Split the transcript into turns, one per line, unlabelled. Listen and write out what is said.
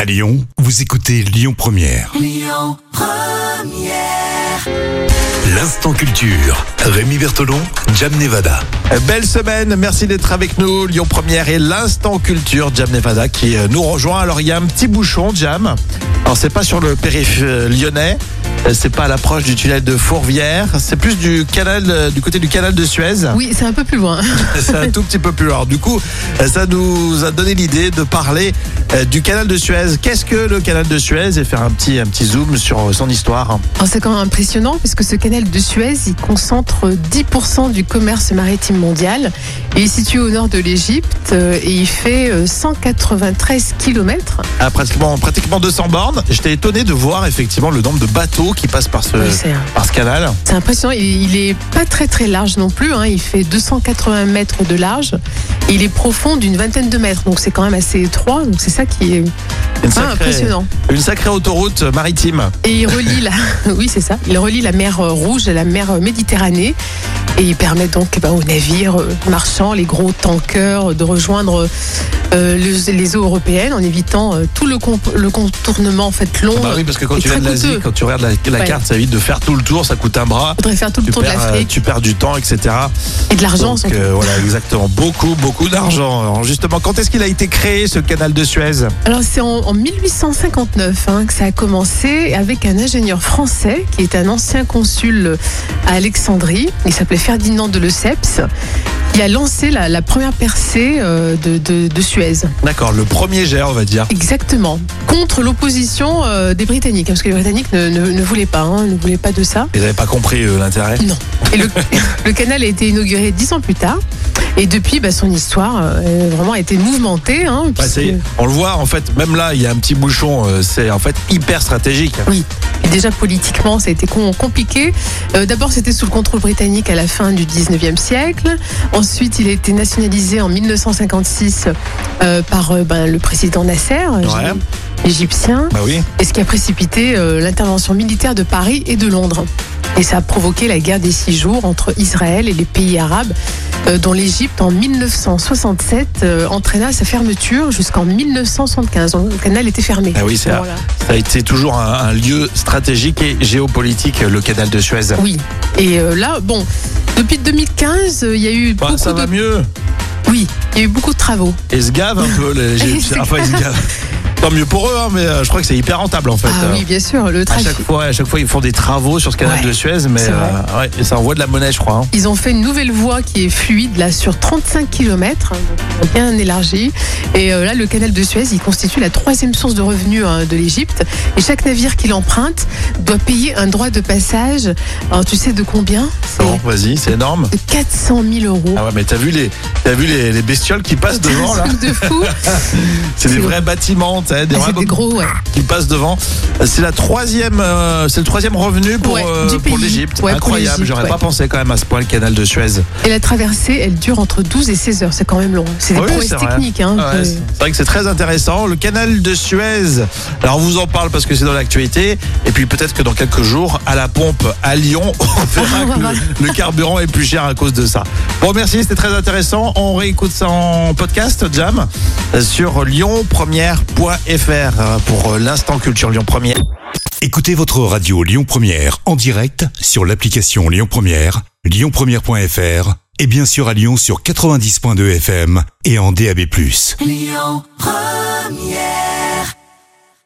À Lyon, vous écoutez Lyon Première. L'instant culture. Rémi Bertolon, Jam Nevada.
Euh, Belle semaine, merci d'être avec nous. Lyon Première et l'instant culture Jam Nevada qui euh, nous rejoint. Alors il y a un petit bouchon Jam. Alors c'est pas sur le périph euh, lyonnais, euh, c'est pas à l'approche du tunnel de Fourvière, c'est plus du canal de- du côté du canal de Suez.
Oui, c'est un peu plus loin.
C'est un tout petit peu plus loin. Du coup, euh, ça nous a donné l'idée de parler euh, du canal de Suez. Qu'est-ce que le canal de Suez et faire un petit un petit zoom sur euh, son histoire.
Alors, Oh, C'est quand même impressionnant parce que ce canal de Suez, il concentre 10% du commerce maritime mondial. Il est situé au nord de l'Égypte euh, et il fait euh, 193 kilomètres.
à Euh, pratiquement, pratiquement 200 bornes. J'étais étonné de voir effectivement le nombre de bateaux qui passent par ce,
Oui, c'est un-
par ce canal.
c'est impressionnant. Il, il est pas très très large non plus. hein. Il fait 280 mètres de large. Et il est profond d'une vingtaine de mètres. Donc c'est quand même assez étroit. Donc c'est ça qui est
Une
enfin,
sacrée-
impressionnant.
Une sacrée autoroute maritime.
Et il relie la, oui c'est ça, il relie la mer euh, Rouge à la mer euh, Méditerranée et il permet donc eh ben, aux navires euh, marchands, les gros tankers, euh, de rejoindre euh, le- les eaux européennes en évitant euh, tout le, comp- le contournement en fait long.
Bah oui, parce que quand
et
tu viens
très
de l'Asie,
coûteux.
quand tu regardes la, la
Ouais.
carte, ça évite de faire tout le tour, ça coûte un bras.
Il faudrait faire tout le
Tu
tour de
perds, euh,
l'Afrique
tu perds du temps, etc.
et de l'argent.
Donc
surtout.
euh, voilà, exactement. Beaucoup, beaucoup d'argent. Alors, Justement, quand est-ce qu'il a été créé ce canal de Suez
Alors c'est en, en 1859 hein, que ça a commencé avec un ingénieur français qui est un ancien consul à Alexandrie. Il s'appelait Ferdinand de Lesseps. Il a lancé la, la première percée euh, de, de- de Suez.
D'accord, le premier jet, on va dire.
Exactement. Contre l'opposition euh, des Britanniques, hein, parce que les Britanniques ne, ne- ne voulaient pas, hein, ne voulaient pas de ça.
Ils n'avaient pas compris euh, l'intérêt.
Et le, le canal a été inauguré dix ans plus tard. Et depuis, bah, son histoire euh, vraiment a été mouvementée. hein,
Ouais, Bah,
puisque-
c'est- on le voit, en fait, même là, il y a un petit bouchon. euh, C'est en fait hyper stratégique.
Et Déjà politiquement, ça a été com- compliqué. Euh, D'abord, c'était sous le contrôle britannique à la fin du 19e siècle. Ensuite, il a été nationalisé en 1956 euh, par euh, ben, le président Nasser, euh, égyptien,
Bah oui.
et ce qui a précipité euh, l'intervention militaire de Paris et de Londres. Et ça a provoqué la guerre des six jours entre Israël et les pays arabes, euh, dont l'Égypte en 1967 euh, entraîna sa fermeture jusqu'en 1975. Donc, Le canal était fermé.
Ah oui, c'est-
Voilà.
Ça a été toujours un, un lieu stratégique et géopolitique, le canal de Suez. Bah,
Oui. Et euh, là, bon, depuis 2015, euh, il y a eu
Bah,
beaucoup
ça
de
va mieux.
oui, il y a eu beaucoup de travaux.
Et se gavent un peu les Égyptiens. Enfin, ils se gavent. Tant mieux pour eux, hein, mais euh, je crois que c'est hyper rentable en fait.
Ah
Euh,
oui, bien sûr, le
À
trafic.
chaque, fois, à chaque fois, ils font des travaux sur ce canal
Ouais,
de Suez, mais
c'est vrai.
euh, ouais, et ça envoie de la monnaie, je crois. hein.
Ils ont fait une nouvelle voie qui est fluide là sur hein, 35 km, bien élargie. Et euh, là, le canal de Suez, il constitue la troisième source de revenus hein, de l'Égypte. Et chaque navire qui l'emprunte doit payer un droit de passage. Alors, tu sais de combien C'est
Bon, vas-y, c'est énorme.
de 400 000 euros.
Ah ouais, mais t'as vu les, t'as vu les, les bestioles qui passent devant là
Un truc de fou.
C'est des
C'est-
vrais bâtiments, t'as, des
Ah,
vrais
c'est des gros, ouais.
qui passent devant. C'est la troisième, euh, c'est le troisième revenu pour
Ouais,
euh,
du
pour
pays.
l'Égypte.
Ouais, pour
Incroyable,
l'Égypte,
j'aurais
ouais.
pas pensé quand même à ce point le canal de Suez.
Et la traversée, elle dure entre 12 et 16 heures. C'est quand même long. C'est des
Ah Oui,
prouesses
c'est vrai.
techniques. Hein,
Ah ouais,
que-
c'est c'est vrai que c'est très intéressant. Le canal de Suez, alors on vous en parle parce que c'est dans l'actualité. Et puis peut-être que dans quelques jours, à la pompe à Lyon, on verra que le, le carburant est plus cher à cause de ça. Bon, merci, c'était très intéressant. On réécoute ça en podcast, Jam, euh, sur lyonpremière.fr euh, pour euh, l'instant culture Lyon Première.
Écoutez votre radio Lyon Première en direct sur l'application Lyon Première, lyonpremière.fr et bien sûr à Lyon sur 90.2 FM et en DAB+.